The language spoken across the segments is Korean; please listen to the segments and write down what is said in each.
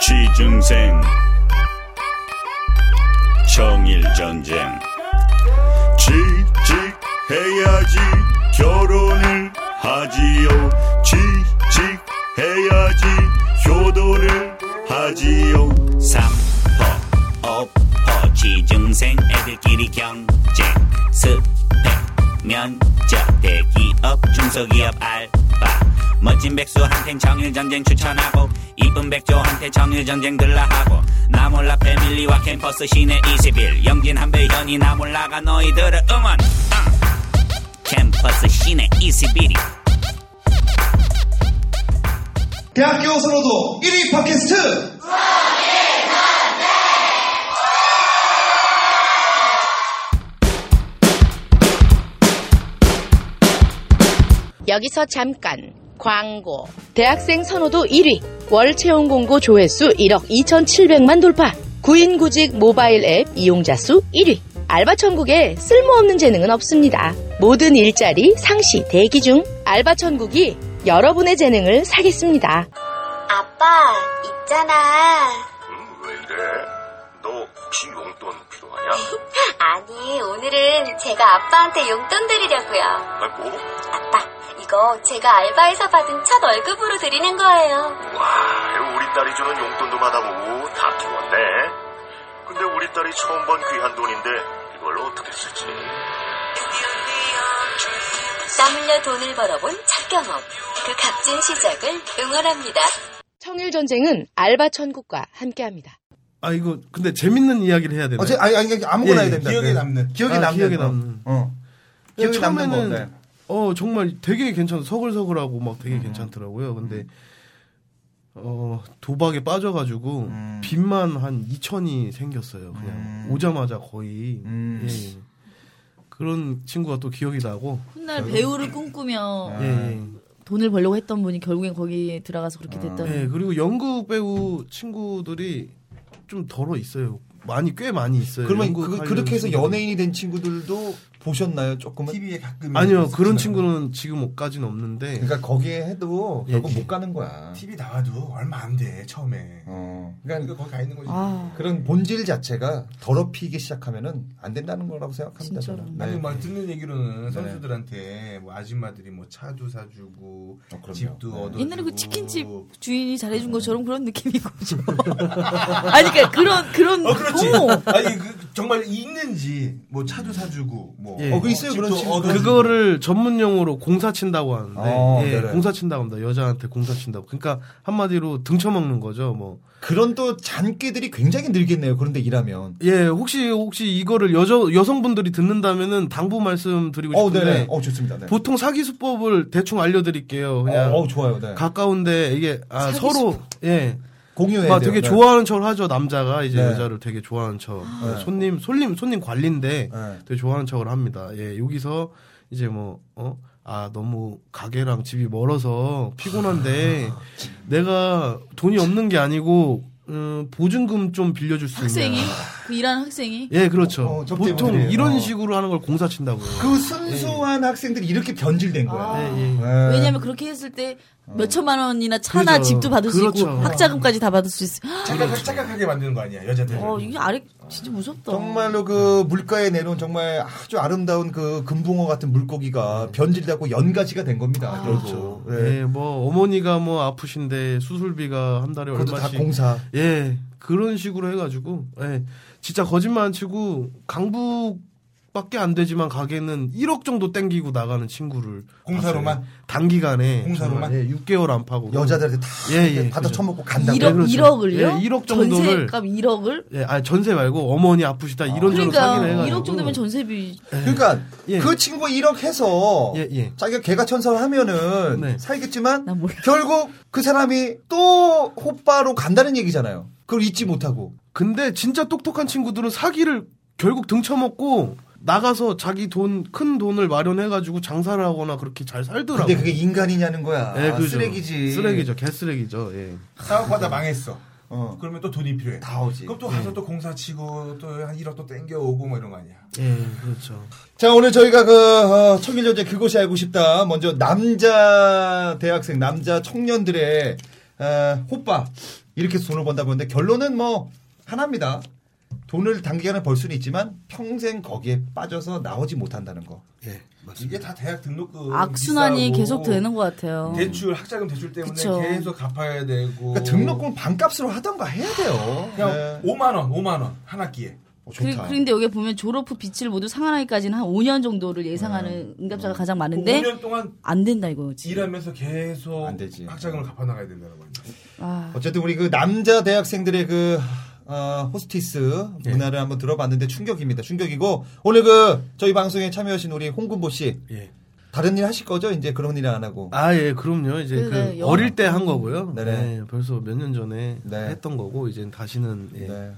취중생 정일전쟁 취직해야지 결혼을 하지요 취직해야지 효도를 하지요 삼포 오포 지중생 애들끼리 경쟁 스펙 면접 대기업 중소기업 알바 멋진 백수한텐 정일전쟁 추천하고 이쁜 백조한테 정일전쟁 들라하고 나몰라 패밀리와 캠퍼스 시내 21 영진 한배 현이 나몰라가 너희들을 응원 땅. 캠퍼스 시내 21이 대학교 선호도 1위 팟캐스트 여기서 잠깐 광고. 대학생 선호도 1위. 월 채용 공고 조회수 1억 2,700만 돌파. 구인구직 모바일 앱 이용자 수 1위. 알바 천국에 쓸모없는 재능은 없습니다. 모든 일자리 상시 대기 중 알바 천국이 여러분의 재능을 사겠습니다. 아빠, 있잖아. 음, 왜 이래? 너 혹시 용돈 필요하냐? 아니, 오늘은 제가 아빠한테 용돈 드리려고요. 아, 뭐? 아빠, 이거 제가 알바에서 받은 첫 월급으로 드리는 거예요. 와, 우리 딸이 주는 용돈도 받아보고 다 키웠네. 근데 우리 딸이 처음 번 귀한 돈인데 이걸 어떻게 쓰지? 땀 흘려 돈을 벌어본 첫 경험. 그 값진 시작을 응원합니다. 청일 전쟁은 알바 천국과 함께합니다. 아 이거 근데 재밌는 이야기를 해야 되나? 어, 제, 아니, 아니, 아무거나 해야 예, 예. 됩니다. 기억에 네. 남는. 기억에 아, 남는. 기억에 거. 남는. 예, 어. 기억에 남는 거. 네. 음. 어 정말 되게 괜찮 서글서글하고 막 되게 괜찮더라고요. 근데 어 도박에 빠져가지고 음. 빚만 한 2천이 생겼어요. 그냥 음. 오자마자 거의 음. 예. 그런 친구가 또 기억이 나고 훗날 배우를 꿈꾸며 예, 예. 돈을 벌려고 했던 분이 결국엔 거기에 들어가서 그렇게 됐다는 예, 그리고 연극 배우 친구들이 좀 덜어 있어요. 많이 꽤 많이 있어요. 그러면 연극 그, 하려는 그렇게 해서 친구들이. 연예인이 된 친구들도 보셨나요? 조금은? TV에 가끔. 아니요 그런 있었지만. 친구는 지금까지는 없는데 그러니까 거기에 해도 예, 결국 예. 못 가는 거야. TV 나와도 얼마 안 돼, 처음에. 어. 그러니까 그러니까 거기 가 있는 거지. 아 그런 본질 자체가 더럽히기 시작하면은 안 된다는 거라고 생각합니다. 진짜로. 저는. 아니 네. 막 듣는 얘기로는 네. 선수들한테 뭐 아줌마들이 뭐 차도 사주고 어, 그럼요. 집도 네. 얻어. 옛날에 그 치킨집 주인이 잘해준 것처럼 그런 느낌이고 아니 그러니까 그런 그런 어 그렇지. 어. 아니 그 정말 있는지 뭐 차도 사주고 뭐. 예. 어, 그 있어요, 그런 친구. 그거 그거를 전문 용어로 공사 친다고 하는데 어, 예, 네네. 공사 친다고 합니다. 여자한테 공사 친다고. 그러니까 한마디로 등쳐먹는 거죠. 뭐. 그런 또 잔깨들이 굉장히 늘겠네요. 그런데 일하면. 예, 혹시 혹시 이거를 여자 여성분들이 듣는다면은 당부 말씀 드리고 어, 싶은데 네. 어, 좋습니다. 네. 보통 사기 수법을 대충 알려 드릴게요. 그냥 어, 어, 좋아요. 네. 가까운데 이게 아, 사기 서로 예. 공유해. 막 되게 좋아하는 척 하죠. 남자가 이제 네. 여자를 되게 좋아하는 척. 네, 손님 손님 손님 관리인데 네. 되게 좋아하는 척을 합니다. 예, 여기서 이제 뭐, 어? 아, 너무 가게랑 집이 멀어서 아. 피곤한데 내가 돈이 없는 게 아니고, 음, 보증금 좀 빌려줄 수 학생이 있냐. 그 일하는 학생이 예, 그렇죠. 어, 저 보통 때문에. 이런 어. 식으로 하는 걸 공사 친다고요. 그 네. 순수한 학생들이 이렇게 변질된 거야. 아. 예, 예. 네. 왜냐하면 그렇게 했을 때 몇 천만 원이나 차나 그렇죠. 집도 받을 수 있고 그렇죠. 학자금까지 다 받을 수 있어. 착각, 착각하게 만드는 거 아니야 여자들. 어 이게 아래 진짜 무섭다. 정말로 네. 그 물가에 내려온 정말 아주 아름다운 그 금붕어 같은 물고기가 네. 변질되고 연가지가 된 겁니다. 아. 결국. 예. 예, 뭐, 어머니가 뭐 아프신데 수술비가 한 달에 그것도 다 얼마씩. 공사. 예, 그런 식으로 해가지고, 예, 진짜 거짓말 안 치고, 강북, 밖에 안 되지만 가게는 1억 정도 땡기고 나가는 친구를 공사로만? 봤어요. 단기간에 공사로만? 정말, 예, 6개월 안 파고 여자들한테 다 예, 예, 받아 그죠. 처먹고 간다. 일억- 1억, 그렇죠. 일억을요 예, 일억 정도를- 전세값 1억을? 예, 아니 전세 말고 어머니 아프시다 이런 저런 그러니까 사기를 해가지고 1억 정도면 전세비 그러니까 예. 그 친구가 1억 해서 예, 예. 자기가 개가 천사를 하면은 네. 살겠지만 난 몰라. 결국 그 사람이 또 호빠로 간다는 얘기잖아요. 그걸 잊지 못하고. 근데 진짜 똑똑한 친구들은 사기를 결국 등쳐먹고 나가서 자기 돈 큰 돈을 마련해가지고 장사를 하거나 그렇게 잘 살더라고. 근데 그게 인간이냐는 거야. 예, 그죠. 네, 쓰레기지. 쓰레기죠, 개쓰레기죠. 예. 사업하다 망했어. 어. 그러면 또 돈이 필요해. 다 오지. 네. 그럼 또 가서 또 공사 치고 또 한 1억 또 땡겨오고 뭐 이런 거 아니야. 예, 그렇죠. 자, 오늘 저희가 그, 어, 청일전쟁 그곳이 알고 싶다. 먼저 남자 대학생, 남자 청년들의 에, 호빠 이렇게 해서 돈을 번다고 하는데 결론은 뭐 하나입니다. 돈을 단기간에 벌 수는 있지만 평생 거기에 빠져서 나오지 못한다는 거. 예, 이게 다 대학 어, 등록금 악순환이 비싸고 계속 되는 것 같아요. 네, 대출 학자금 대출 때문에 그쵸. 계속 갚아야 되고 그러니까 등록금 반값으로 하던가 해야 돼요. 네. 그냥 5만 원, 5만 원 한 학기에. 어, 그, 좋다. 그런데 여기 보면 졸업 후 빚을 모두 상환하기까지는 한 5년 정도를 예상하는 응답자가 가장 많은데 5년 동안 안 된다 이거지. 일하면서 계속 안 되지. 학자금을 갚아 나가야 된다는 거죠. 아, 어쨌든 우리 그 남자 대학생들의 그 어, 호스티스 예. 문화를 한번 들어봤는데 충격입니다. 충격이고 오늘 그 저희 방송에 참여하신 우리 홍군보 씨 예. 다른 일 하실 거죠? 이제 그런 일 안 하고. 아, 예, 그럼요. 이제 그 그래, 영화. 어릴 때 한 거고요. 네네. 네, 벌써 몇 년 전에 네. 했던 거고, 이제 다시는. 예. 네.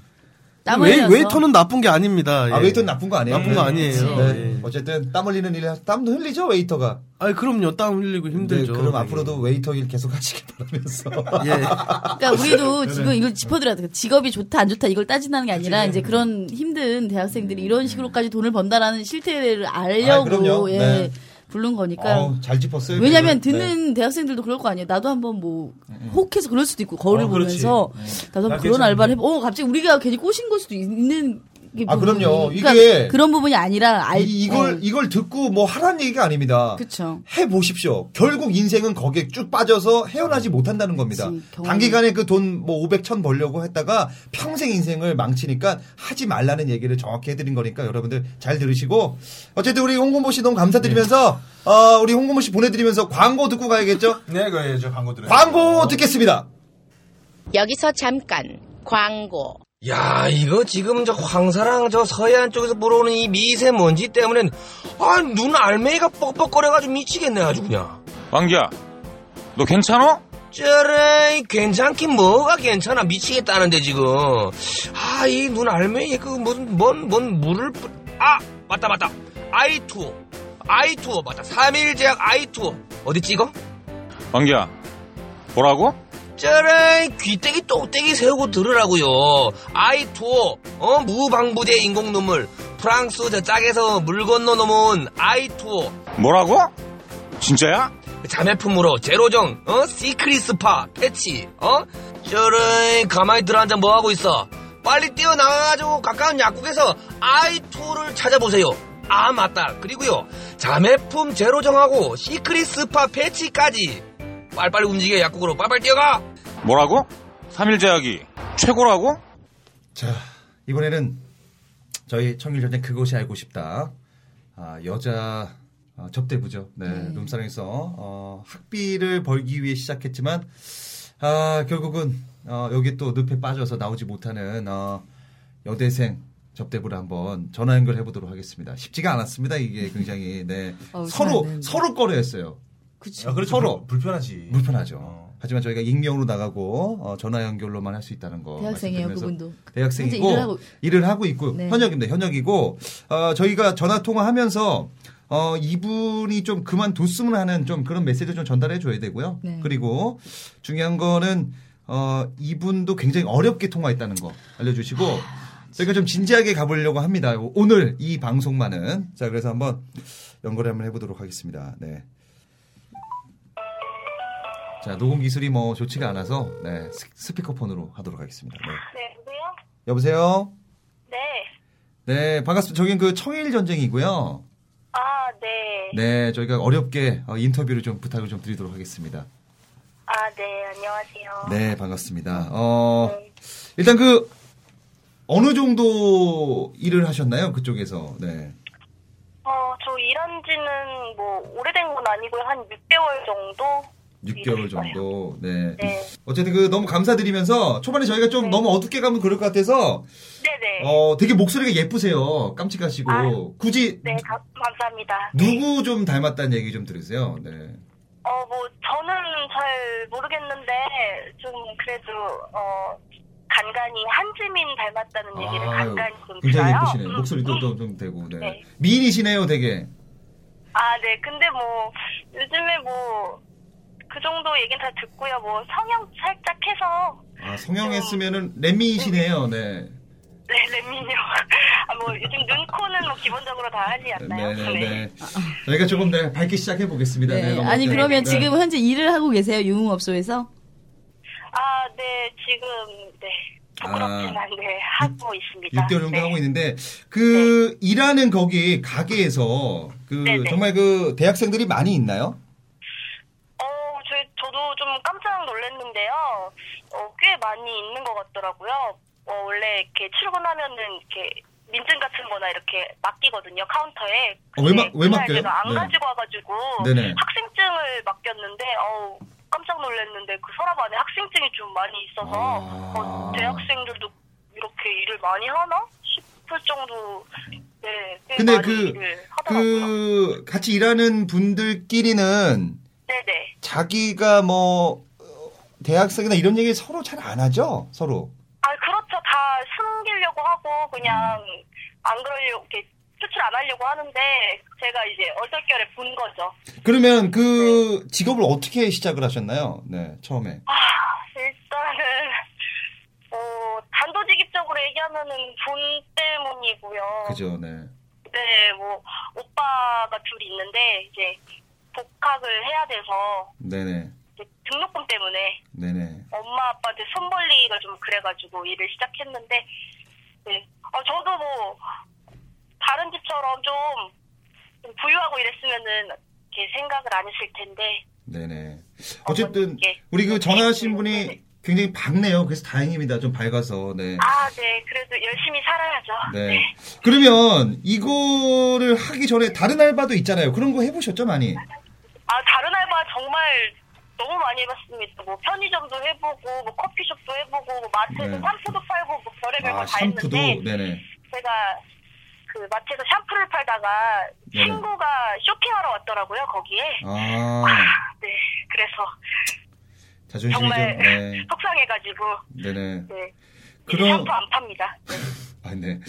땀 웨, 흘려서. 웨이터는 나쁜 게 아닙니다. 아 예. 웨이터는 나쁜 거 아니에요? 나쁜 거 아니에요. 네. 예. 어쨌든 땀 흘리는 일, 땀도 흘리죠 웨이터가. 아니, 그럼요. 땀 흘리고 힘들죠. 네, 그럼 되게. 앞으로도 웨이터 일 계속 하시길 바라면서. 예. 그러니까 우리도 지금 이걸 짚어드려야 돼. 직업이 좋다 안 좋다 이걸 따진다는 게 아니라 이제 그런 힘든 대학생들이 이런 식으로까지 돈을 번다라는 실태를 아, 알려고 그럼요. 예, 네. 부른 거니까. 어우, 잘 짚었어요. 그러니까 네. 왜냐면 그거는. 듣는 대학생들도 그럴 거 아니에요. 나도 한번 뭐 음. 혹해서 그럴 수도 있고 거울을 아, 어, 그렇지. 보면서 네. 나도 나 한번 그런 괜찮은데. 알바를 해보. 어 갑자기 우리가 괜히 꼬신 걸 수도 있는. 게 아, 부분이. 그럼요. 그러니까 이게- 그런 부분이 아니라 네. 알 음. 이, 이걸 이걸 듣고 뭐 하라는 얘기가 아닙니다. 그쵸. 해 보십시오. 결국 인생은 거기에 쭉 빠져서 헤어나지 못한다는 겁니다. 그치, 경험이- 단기간에 그 돈 뭐 500, 1000 벌려고 했다가 평생 인생을 망치니까 하지 말라는 얘기를 정확히 해드린 거니까 여러분들 잘 들으시고 어쨌든 우리 홍군모 씨 너무 감사드리면서 어, 우리 홍군모 씨 보내드리면서 광고 듣고 가야겠죠? 네, 그저 광고 들어요. 광고 듣겠습니다. 여기서 잠깐 광고. 야, 이거 지금 저 황사랑 저 서해안 쪽에서 불어오는 이 미세먼지 때문에 아, 눈 알맹이가 뻑뻑거려가지고 미치겠네 아주 그냥. 왕기야, 너 괜찮아? 저래 괜찮긴 뭐가 괜찮아 미치겠다는데 지금. 아, 이 눈 알맹이 그 무슨 뭔 뭔 물을 뿌... 아, 맞다 맞다. 아이투어. 아이투어 맞다. 3일 제약 아이투어. 어딨지 이거? 왕기야, 뭐라고? 저래 귀때기 똑때기 세우고 들으라고요. 아이투어 어 무방부제 인공 눈물 프랑스 저 짝에서 물 건너 넘어온 아이투어 뭐라고? 진짜야? 자매품으로 제로정 어 시크릿스파 패치 어 저래 가만히 들어앉아 뭐 하고 있어? 빨리 뛰어나가가지고 가까운 약국에서 아이투어를 찾아보세요. 아 맞다 그리고요 자매품 제로정하고 시크릿스파 패치까지 빨빨리 움직여 약국으로 빨빨 뛰어가. 뭐라고? 3일 제약이 최고라고? 자, 이번에는 저희 청일전쟁 그것이 알고 싶다. 아, 여자 아, 접대부죠. 네, 룸사랑에서 어, 학비를 벌기 위해 시작했지만 아, 결국은 어, 여기 또 늪에 빠져서 나오지 못하는 어, 여대생 접대부를 한번 전화 연결해 보도록 하겠습니다. 쉽지가 않았습니다. 이게 굉장히 네. 어우, 서로 잘하네. 서로 꺼려했어요. 그치. 아, 그렇죠. 서로. 불- 불편하지. 불편하죠. 어. 하지만 저희가 익명으로 나가고 어, 전화 연결로만 할 수 있다는 거 대학생이에요, 말씀드리면서 그분도. 대학생이고 현재 일을 일을 하고, 하고- 있고 네. 현역입니다. 현역이고 어, 저희가 전화 통화하면서 어, 이분이 좀 그만뒀으면 하는 좀 그런 메시지를 좀 전달해 줘야 되고요. 네. 그리고 중요한 거는 어, 이분도 굉장히 어렵게 통화했다는 거 알려주시고 저희가 좀 진지하게 가보려고 합니다. 오늘 이 방송만은 자 그래서 한번 연결을 한번 해보도록 하겠습니다. 네. 자 녹음 기술이 뭐 좋지가 않아서 네, 스- 스피커폰으로 하도록 하겠습니다. 네. 네, 누구요? 여보세요. 네. 네 반갑습니다. 저긴 그 청일 전쟁이고요. 아, 네. 네 저희가 어렵게 어, 인터뷰를 좀 부탁을 좀 드리도록 하겠습니다. 아, 네. 안녕하세요. 네 반갑습니다. 어 일단 그 어느 정도 일을 하셨나요 그쪽에서? 네. 어, 저 일한 지는 뭐 오래된 건 아니고요. 한 6개월 정도? 6개월 정도. 네. 네. 어쨌든 그 너무 감사드리면서 초반에 저희가 좀 너무 어둡게 가면 그럴 것 같아서 네, 네. 어 되게 목소리가 예쁘세요. 깜찍하시고 아유. 굳이 네, 가- 감사합니다. 누구 좀 닮았다는 얘기 좀 들으세요. 네. 어, 뭐 저는 잘 모르겠는데 좀 그래도 어 간간히 한지민 닮았다는 얘기를 아유, 간간히 좀 굉장히 들어요. 예쁘시네요. 음, 목소리도 음. 좀, 좀 되고. 네. 네. 미인이시네요, 되게. 아, 네. 근데 뭐 요즘에 뭐 그 정도 얘기는 다 듣고요. 뭐 성형 살짝 해서 아, 성형했으면은 램미이시네요. 네. 네, 렘민요. 아, 뭐, 요즘 눈, 코는 뭐, 기본적으로 다 하지 않나요? 네, 네, 네. 저희가 조금 네, 밝게 시작해 보겠습니다. 네. 아니 그러면 지금 현재 일을 하고 계세요 유흥업소에서? 네, 지금, 네. 아, 네, 하고 있습니다. 6개월 정도 네. 하고 있는데 그 일하는 거기 가게에서 그 네네. 정말 그 대학생들이 많이 있나요? 어, 저, 저도 좀 깜짝 놀랐는데요. 어, 꽤 많이 있는 것 같더라고요. 어, 원래 이렇게 출근하면은 이렇게 민증 같은 거나 이렇게 맡기거든요, 카운터에. 어, 왜 마- 근데 왜 그날 맡겨요? 제가 안 네. 가지고 와가지고 네네. 학생증을 맡겼는데, 어우, 깜짝 놀랐는데 그 서랍 안에 학생증이 좀 많이 있어서 아. 어, 대학생들도 이렇게 일을 많이 하나? 싶을 정도, 네. 꽤 근데 많이 그, 일을 그 같이 일하는 분들끼리는 네네. 자기가 뭐 어, 대학생이나 이런 얘기 서로 잘 안 하죠? 서로. 아 그렇죠 다 숨기려고 하고 그냥 안 그러려고 이렇게 표출 안 하려고 하는데 제가 이제 얼떨결에 본 거죠 그러면 그 직업을 어떻게 시작을 하셨나요? 네, 처음에. 네. 아 일단은 어 단도직입적으로 얘기하면은 돈 때문이고요 그죠, 네. 네뭐 오빠가 둘이 있는데 이제 복학을 해야 돼서 네네. 이제 등록금 때문에 네네. 엄마 아빠한테 손 벌리기가 좀 그래가지고 일을 시작했는데 네. 어, 저도 뭐 다른 집처럼 좀, 좀 부유하고 이랬으면은 이렇게 생각을 안 했을 텐데 네, 네네. 어쨌든 우리 그 전화하신 분이 굉장히 밝네요. 그래서 다행입니다. 좀 밝아서. 네. 아 네 그래도 열심히 살아야죠 네. 그러면 이거를 하기 전에 다른 알바도 있잖아요. 그런 거 해보셨죠, 많이? 아 다른 알바 정말 너무 많이 해봤습니다 뭐 편의점도 해보고 뭐 커피숍도 해보고 뭐 마트에서 네. 샴푸도 팔고 뭐 별의별 아, 걸 다 샴푸도. 했는데 네네. 제가 그 마트에서 샴푸를 팔다가 네네. 친구가 아, 쇼핑하러 왔더라고요 거기에 아, 네 그래서 자존심이 정말 좀. 네. 속상해가지고 네네. 네 그럼- 샴푸 안 팝니다 아, 네.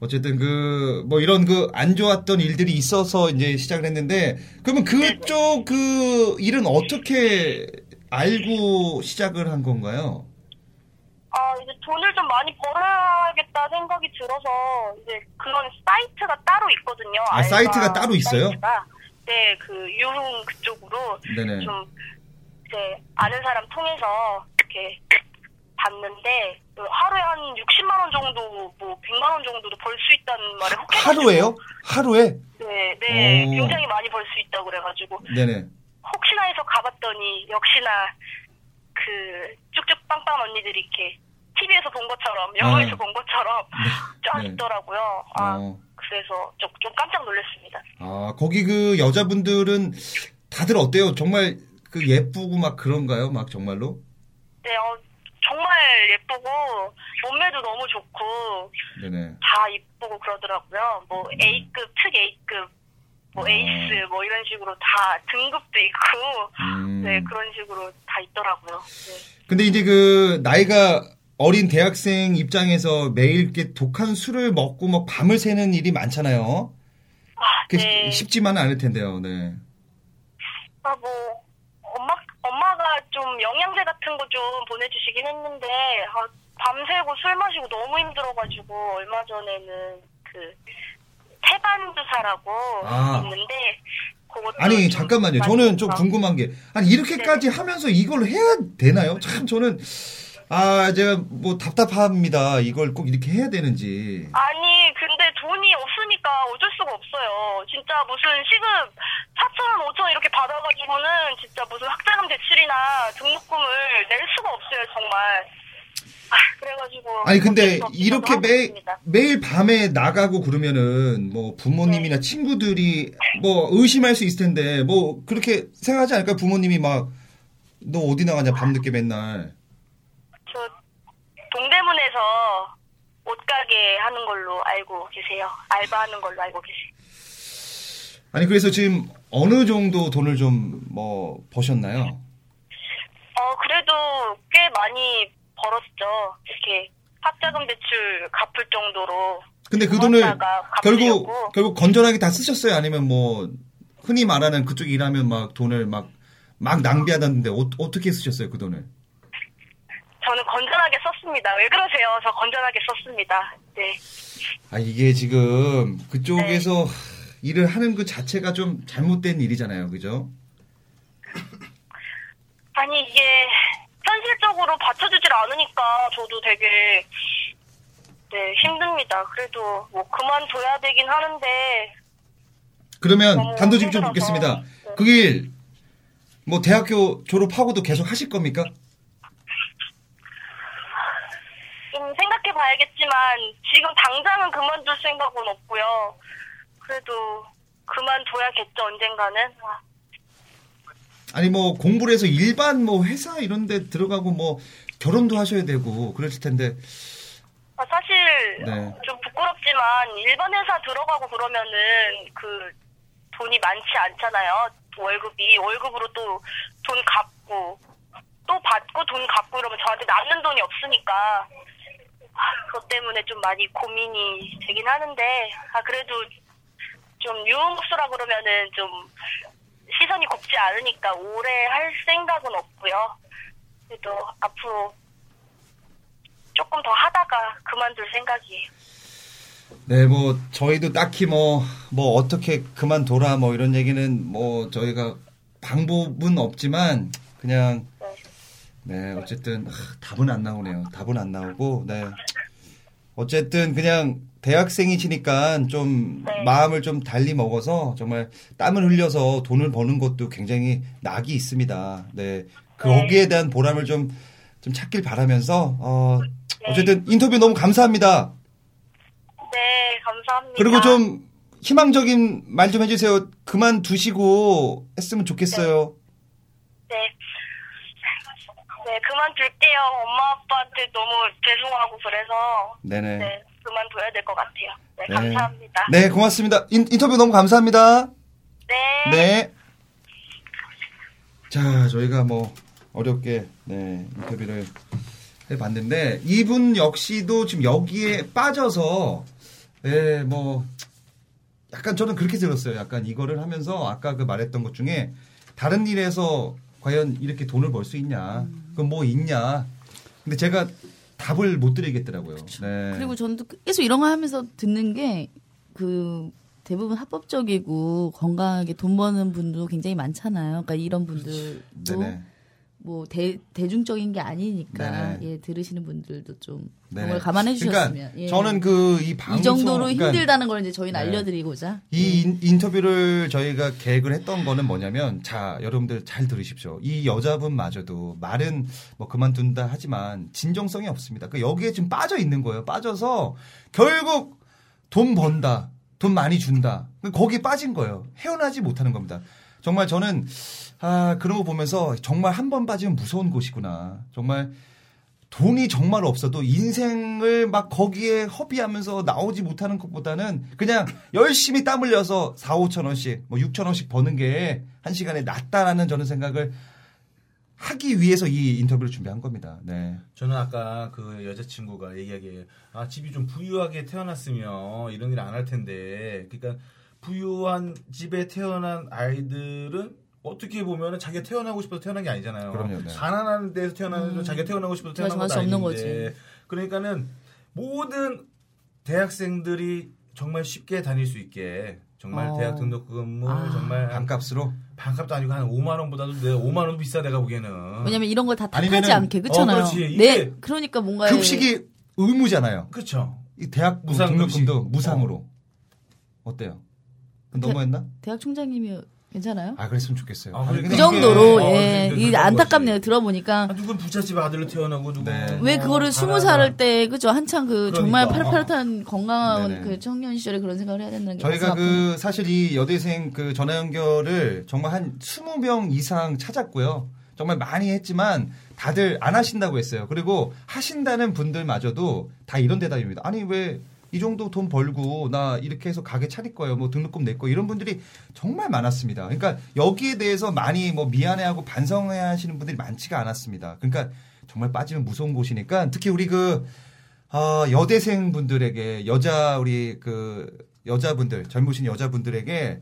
어쨌든 그 뭐 이런 그 안 좋았던 일들이 있어서 이제 시작을 했는데 그러면 그쪽 그 일은 어떻게 알고 시작을 한 건가요? 아 이제 돈을 좀 많이 벌어야겠다 생각이 들어서 이제 그런 사이트가 따로 있거든요 아, 알바 사이트가 따로 있어요? 사이트가. 네, 그 유흥 그쪽으로 네네. 좀 이제 아는 사람 통해서 이렇게 봤는데 그 하루에 한 60만 원 정도, 뭐 100만 원 정도도 벌 수 있다는 말에 혹 하루에요? 하루에? 네, 네, 오. 굉장히 많이 벌 수 있다고 그래가지고 네네. 혹시나 해서 가봤더니 역시나 그 쭉쭉 빵빵 언니들이 이렇게 TV에서 본 것처럼 영화에서 아. 본 것처럼 쫙 네. 있더라고요. 아 어. 그래서 좀, 좀 깜짝 놀랐습니다. 아, 거기 그 여자분들은 다들 어때요? 정말 그 예쁘고 막 그런가요? 막 정말로? 네, 어, 정말 예쁘고 몸매도 너무 좋고 네네. 다 이쁘고 그러더라고요. 뭐 A급, 특 A급, 뭐 에이스 뭐 이런 식으로 다 등급도 있고 네 그런 식으로 다 있더라고요. 네. 음. 근데 이제 그 나이가 어린 대학생 입장에서 매일 이렇게 독한 술을 먹고 막 밤을 새는 일이 많잖아요. 그 네. 쉽지만은 않을 텐데요. 네. 아, 뭐, 엄마, 엄마가 좀 영양제 같은 거 좀 보내주시긴 했는데, 아, 밤새고 술 마시고 너무 힘들어가지고, 얼마 전에는 그, 태반 주사라고 아. 있는데, 그것도 아니 좀 네. 잠깐만요. 많이 저는 좀 먹어서. 궁금한 게 아니 이렇게까지 하면서 이걸 해야 되나요? 참 저는 아 제가 뭐 답답합니다. 이걸 꼭 이렇게 해야 되는지. 아니, 근데 돈이 없으니까 어쩔 수가 없어요. 진짜 무슨 시급 4천원, 5천원 이렇게 받아가지고는 진짜 무슨 학자금 대출이나 등록금을 낼 수가 없어요, 정말. 아, 그래가지고. 아니 근데 어쩔 수 없이 이렇게 저도 하고 매, 있습니다. 매일 밤에 나가고 그러면은 뭐 네. 부모님이나 친구들이 뭐 의심할 수 있을 텐데 뭐 그렇게 생각하지 않을까 부모님이 막 너 어디 나가냐 밤늦게 맨날 저 동대문에서 옷가게 하는 걸로 알고 계세요. 알바하는 걸로 알고 계세요. 아니 그래서 지금 어느 정도 돈을 좀 뭐 버셨나요? 어, 그래도 꽤 많이 벌었죠. 이렇게 학자금 대출 갚을 정도로. 근데 그 돈을 벌었다가 결국 갚으려고. 결국 건전하게 다 쓰셨어요? 아니면 뭐 흔히 말하는 그쪽 일하면 막 돈을 막 막 낭비하다는데 어, 어떻게 쓰셨어요 그 돈을? 저는 건전하게 썼습니다. 왜 그러세요? 저 건전하게 썼습니다. 네. 아 이게 지금 그쪽에서 일을 하는 그 자체가 좀 잘못된 일이잖아요, 그죠? 아니, 이게 현실 현실적으로 받쳐주질 않으니까 저도 되게 네 힘듭니다. 그래도 뭐 그만둬야 되긴 하는데 그러면 네, 단도직 좀 묻겠습니다. 그 일 뭐 대학교 졸업하고도 계속 하실 겁니까? 좀 생각해봐야겠지만 지금 당장은 그만둘 생각은 없고요. 그래도 그만둬야겠죠 언젠가는. 아, 아니 뭐 공부를 해서 일반 뭐 회사 이런 데 들어가고 뭐 결혼도 하셔야 되고 그랬을 텐데 아, 사실 네. 좀 부끄럽지만 일반 회사 들어가고 그러면은 그 돈이 많지 않잖아요. 월급이 월급으로 또 돈 갚고 또 받고 돈 갚고 이러면 저한테 남는 돈이 없으니까 아, 그것 때문에 좀 많이 고민이 되긴 하는데 아 그래도 좀 유흥업소라 그러면은 좀 시선이 곱지 않으니까 오래 할 생각은 없고요. 그래도 앞으로 조금 더 하다가 그만둘 생각이에요. 네 뭐 저희도 딱히 뭐 뭐 어떻게 그만둬라 뭐 이런 얘기는 뭐 저희가 방법은 없지만 그냥 네 어쨌든 하, 답은 안 나오네요 답은 안 나오고 네 어쨌든 그냥 대학생이시니까 좀 마음을 좀 달리 먹어서 정말 땀을 흘려서 돈을 버는 것도 굉장히 낙이 있습니다. 네. 거기에 대한 보람을 좀, 좀 찾길 바라면서, 어, 어쨌든 인터뷰 너무 감사합니다. 네, 감사합니다. 그리고 좀 희망적인 말 좀 해주세요. 그만두시고 했으면 좋겠어요. 네. 네, 그만둘게요. 엄마 아빠한테 너무 죄송하고 그래서 네네. 네, 그만둬야 될 것 같아요. 네, 네. 감사합니다. 네, 고맙습니다. 인, 인터뷰 너무 감사합니다. 네. 자, 저희가 뭐 어렵게 네, 인터뷰를 해봤는데 이분 역시도 지금 여기에 빠져서 예, 뭐 약간 저는 그렇게 들었어요. 약간 이거를 하면서 아까 그 말했던 것 중에 다른 일에서 과연 이렇게 돈을 벌 수 있냐? 그건 뭐 있냐? 근데 제가 답을 못 드리겠더라고요. 네. 그리고 저는 또 계속 이런 거 하면서 듣는 게 그 대부분 합법적이고 건강하게 돈 버는 분도 굉장히 많잖아요. 그러니까 이런 분들도 네네. 뭐 대, 대중적인 게 네네. 아니니까 예 들으시는 분들도 좀 네. 그걸 감안해 주셨으면 그러니까 예. 저는 그이 방송- 정도로 그러니까- 힘들다는 걸 이제 저희는 네. 알려드리고자 이 인- 인터뷰를 저희가 계획을 했던 거는 뭐냐면 자 여러분들 잘 들으십시오. 이 여자분마저도 말은 뭐 그만둔다 하지만 진정성이 없습니다. 그 여기에 지금 빠져 있는 거예요. 빠져서 결국 돈 번다, 돈 많이 준다. 거기 빠진 거예요. 헤어나지 못하는 겁니다. 정말 저는 아 그런 거 보면서 정말 한 번 빠지면 무서운 곳이구나. 정말 돈이 정말 없어도 인생을 막 거기에 허비하면서 나오지 못하는 것보다는 그냥 열심히 땀 흘려서 4, 5천 원씩, 뭐 6천 원씩 버는 게 한 시간에 낫다라는 저는 생각을 하기 위해서 이 인터뷰를 준비한 겁니다. 네. 저는 아까 그 여자친구가 얘기하기에 아 집이 좀 부유하게 태어났으면 이런 일 안 할 텐데 그러니까 부유한 집에 태어난 아이들은 어떻게 보면은 자기가 태어나고 싶어서 태어난 게 아니잖아요. 그럼요, 네. 가난한 데서 태어나서 음. 자기가 태어나고 싶어서 그래서 태어난 건 할수 없는 아닌데 거지. 그러니까는 모든 대학생들이 정말 쉽게 다닐 수 있게 정말 어. 대학 등록금을 정말 반값으로 반값도 아니고 한 5만 원보다도 내 5만 원도 비싸 내가 어, 보기에는 왜냐면 이런 걸 다 아니면은- 답하지 않게 그렇잖아요. 어, 그렇지. 이게 네, 그러니까 뭔가 급식이 의무잖아요. 그렇죠. 이 대학 무상 등록금도 무상으로. 어. 때요 너무했나? 대학 총장님이 괜찮아요? 아 그랬으면 좋겠어요. 아니, 그러니까 근데 그 정도로 이게- 어, 예, 그러니까 이 그런 안타깝네요. 들어보니까 아, 누군 부잣집 아들로 태어나고 누군 뭐 왜 그거를 스무 살을 때 그죠 한창 그 정말 그러니까. 파릇파릇한 건강한 네네. 그 청년 시절에 그런 생각을 해야 된다는 게 저희가 가슴 그 사실 이 여대생 그 전화 연결을 정말 한 20명 이상 찾았고요. 정말 많이 했지만 다들 안 하신다고 했어요. 그리고 하신다는 분들마저도 다 이런 대답입니다. 아니 왜 이 정도 돈 벌고 나 이렇게 해서 가게 차릴 거예요. 뭐 등록금 낼 거 이런 분들이 정말 많았습니다. 그러니까 여기에 대해서 많이 뭐 미안해하고 반성해야 하시는 분들이 많지가 않았습니다. 그러니까 정말 빠지면 무서운 곳이니까 특히 우리 그 아, 여대생 분들에게 여자 우리 그 여자분들 젊으신 여자분들에게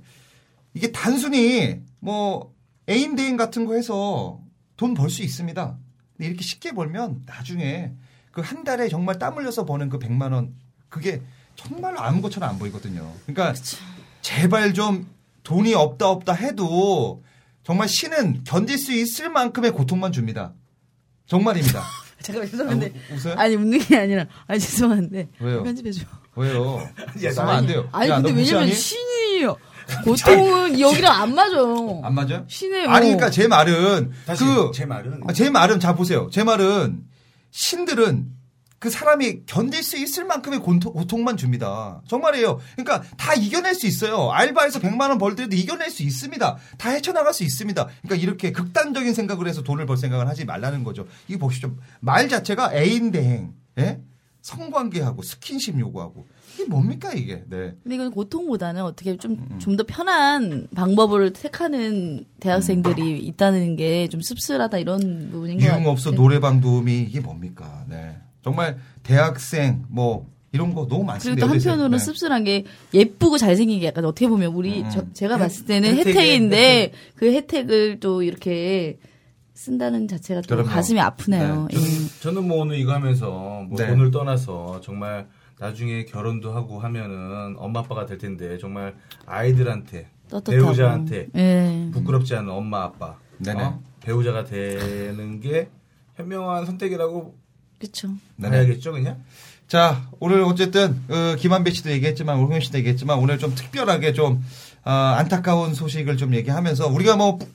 이게 단순히 뭐 애인 대인 같은 거 해서 돈 벌 수 있습니다. 근데 이렇게 쉽게 벌면 나중에 그 한 달에 정말 땀 흘려서 버는 그 100만 원 그게 정말 아무것처럼 안 보이거든요. 그러니까 제발 좀 돈이 없다 없다 해도 정말 신은 견딜 수 있을 만큼의 고통만 줍니다. 정말입니다. 잠깐만 죄송한데 아, 웃어요? 네. 아니 웃는 게 아니라 아 죄송한데 왜요? 편집해 줘. 왜요? 야, 쓰면 안 돼요. 예, 아니 야, 근데 너 왜냐면 무시하니? 신이에요. 보통은 여기랑 안 맞아요. 안 맞아요? 신의 아니 뭐. 그러니까 제 말은 그 제 말은 아, 제 말은 자 보세요. 제 말은 신들은 그 사람이 견딜 수 있을 만큼의 곤토- 고통만 줍니다. 정말이에요. 그러니까 다 이겨낼 수 있어요. 알바에서 100만 원 벌더라도 이겨낼 수 있습니다. 다 헤쳐나갈 수 있습니다. 그러니까 이렇게 극단적인 생각을 해서 돈을 벌 생각을 하지 말라는 거죠. 이거 보십시오. 말 자체가 애인 대행, 예? 성관계하고 스킨십 요구하고 이게 뭡니까 이게? 네. 근데 이건 고통보다는 어떻게 좀 음, 좀 더 편한 방법을 택하는 대학생들이 음. 있다는 게 좀 씁쓸하다 이런 부분인 것 같아요. 유흥업소 노래방 도우미 이게 뭡니까? 네. 정말 대학생 뭐 이런 거 너무 그리고 많습니다. 또 여대생. 한편으로는 네. 음. 씁쓸한 게 예쁘고 잘생긴 게 약간 어떻게 보면 우리 저- 제가 봤을 때는 혜택이, 네. 혜택인데 그 혜택을 또 이렇게 쓴다는 자체가 또 그럼요. 가슴이 아프네요. 네, 저는, 저는 뭐 오늘 이거 하면서 뭐 네. 돈을 떠나서 정말 나중에 결혼도 하고 하면은 엄마 아빠가 될 텐데 정말 아이들한테 떳떳하고. 배우자한테 예. 부끄럽지 않은 엄마 아빠 네네. 어? 배우자가 되는 게 현명한 선택이라고 그렇죠. 해야겠죠 그냥 자, 오늘 어쨌든 어, 김한배 씨도 얘기했지만 우리 홍현 씨도 얘기했지만 오늘 좀 특별하게 좀 아, 안타까운 소식을 좀 얘기하면서 우리가 뭐 부-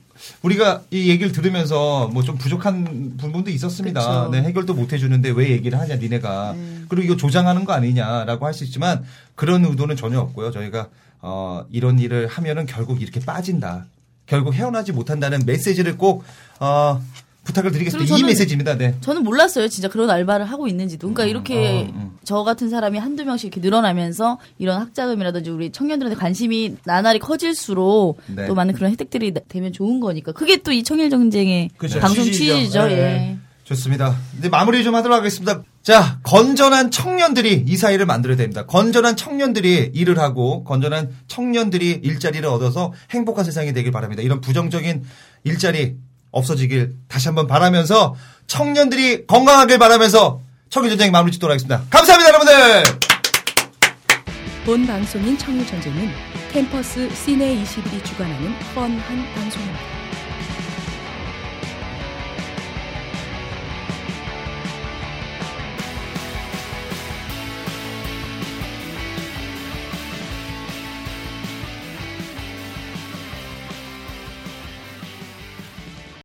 우리가 이 얘기를 들으면서 뭐 좀 부족한 부분도 있었습니다. 그쵸. 네, 해결도 못 해주는데 왜 얘기를 하냐 니네가 그리고 이거 조장하는 거 아니냐라고 할 수 있지만 그런 의도는 전혀 없고요. 저희가 어, 이런 일을 하면은 결국 이렇게 빠진다. 결국 헤어나지 못한다는 메시지를 꼭 어, 부탁을 드리겠습니다. 그리고 이 저는- 메시지입니다. 네. 저는 몰랐어요, 진짜 그런 알바를 하고 있는지도. 그러니까 이렇게 저 같은 사람이 한두 명씩 이렇게 늘어나면서 이런 학자금이라든지 우리 청년들한테 관심이 나날이 커질수록 네. 또 많은 그런 혜택들이 나- 되면 좋은 거니까. 그게 또 이 청일 경쟁의 방송 취지죠. 네. 예. 좋습니다. 이제 마무리 좀 하도록 하겠습니다. 자, 건전한 청년들이 이 사회를 만들어야 됩니다. 건전한 청년들이 일을 하고 건전한 청년들이 일자리를 얻어서 행복한 세상이 되길 바랍니다. 이런 부정적인 일자리 없어지길 다시 한번 바라면서 청년들이 건강하길 바라면서 청년 전쟁 마무리 짓도록 하겠습니다. 감사합니다, 여러분들. 예. 본 방송인 청일전쟁은 캠퍼스 시내 21이 주관하는 뻔한 방송입니다.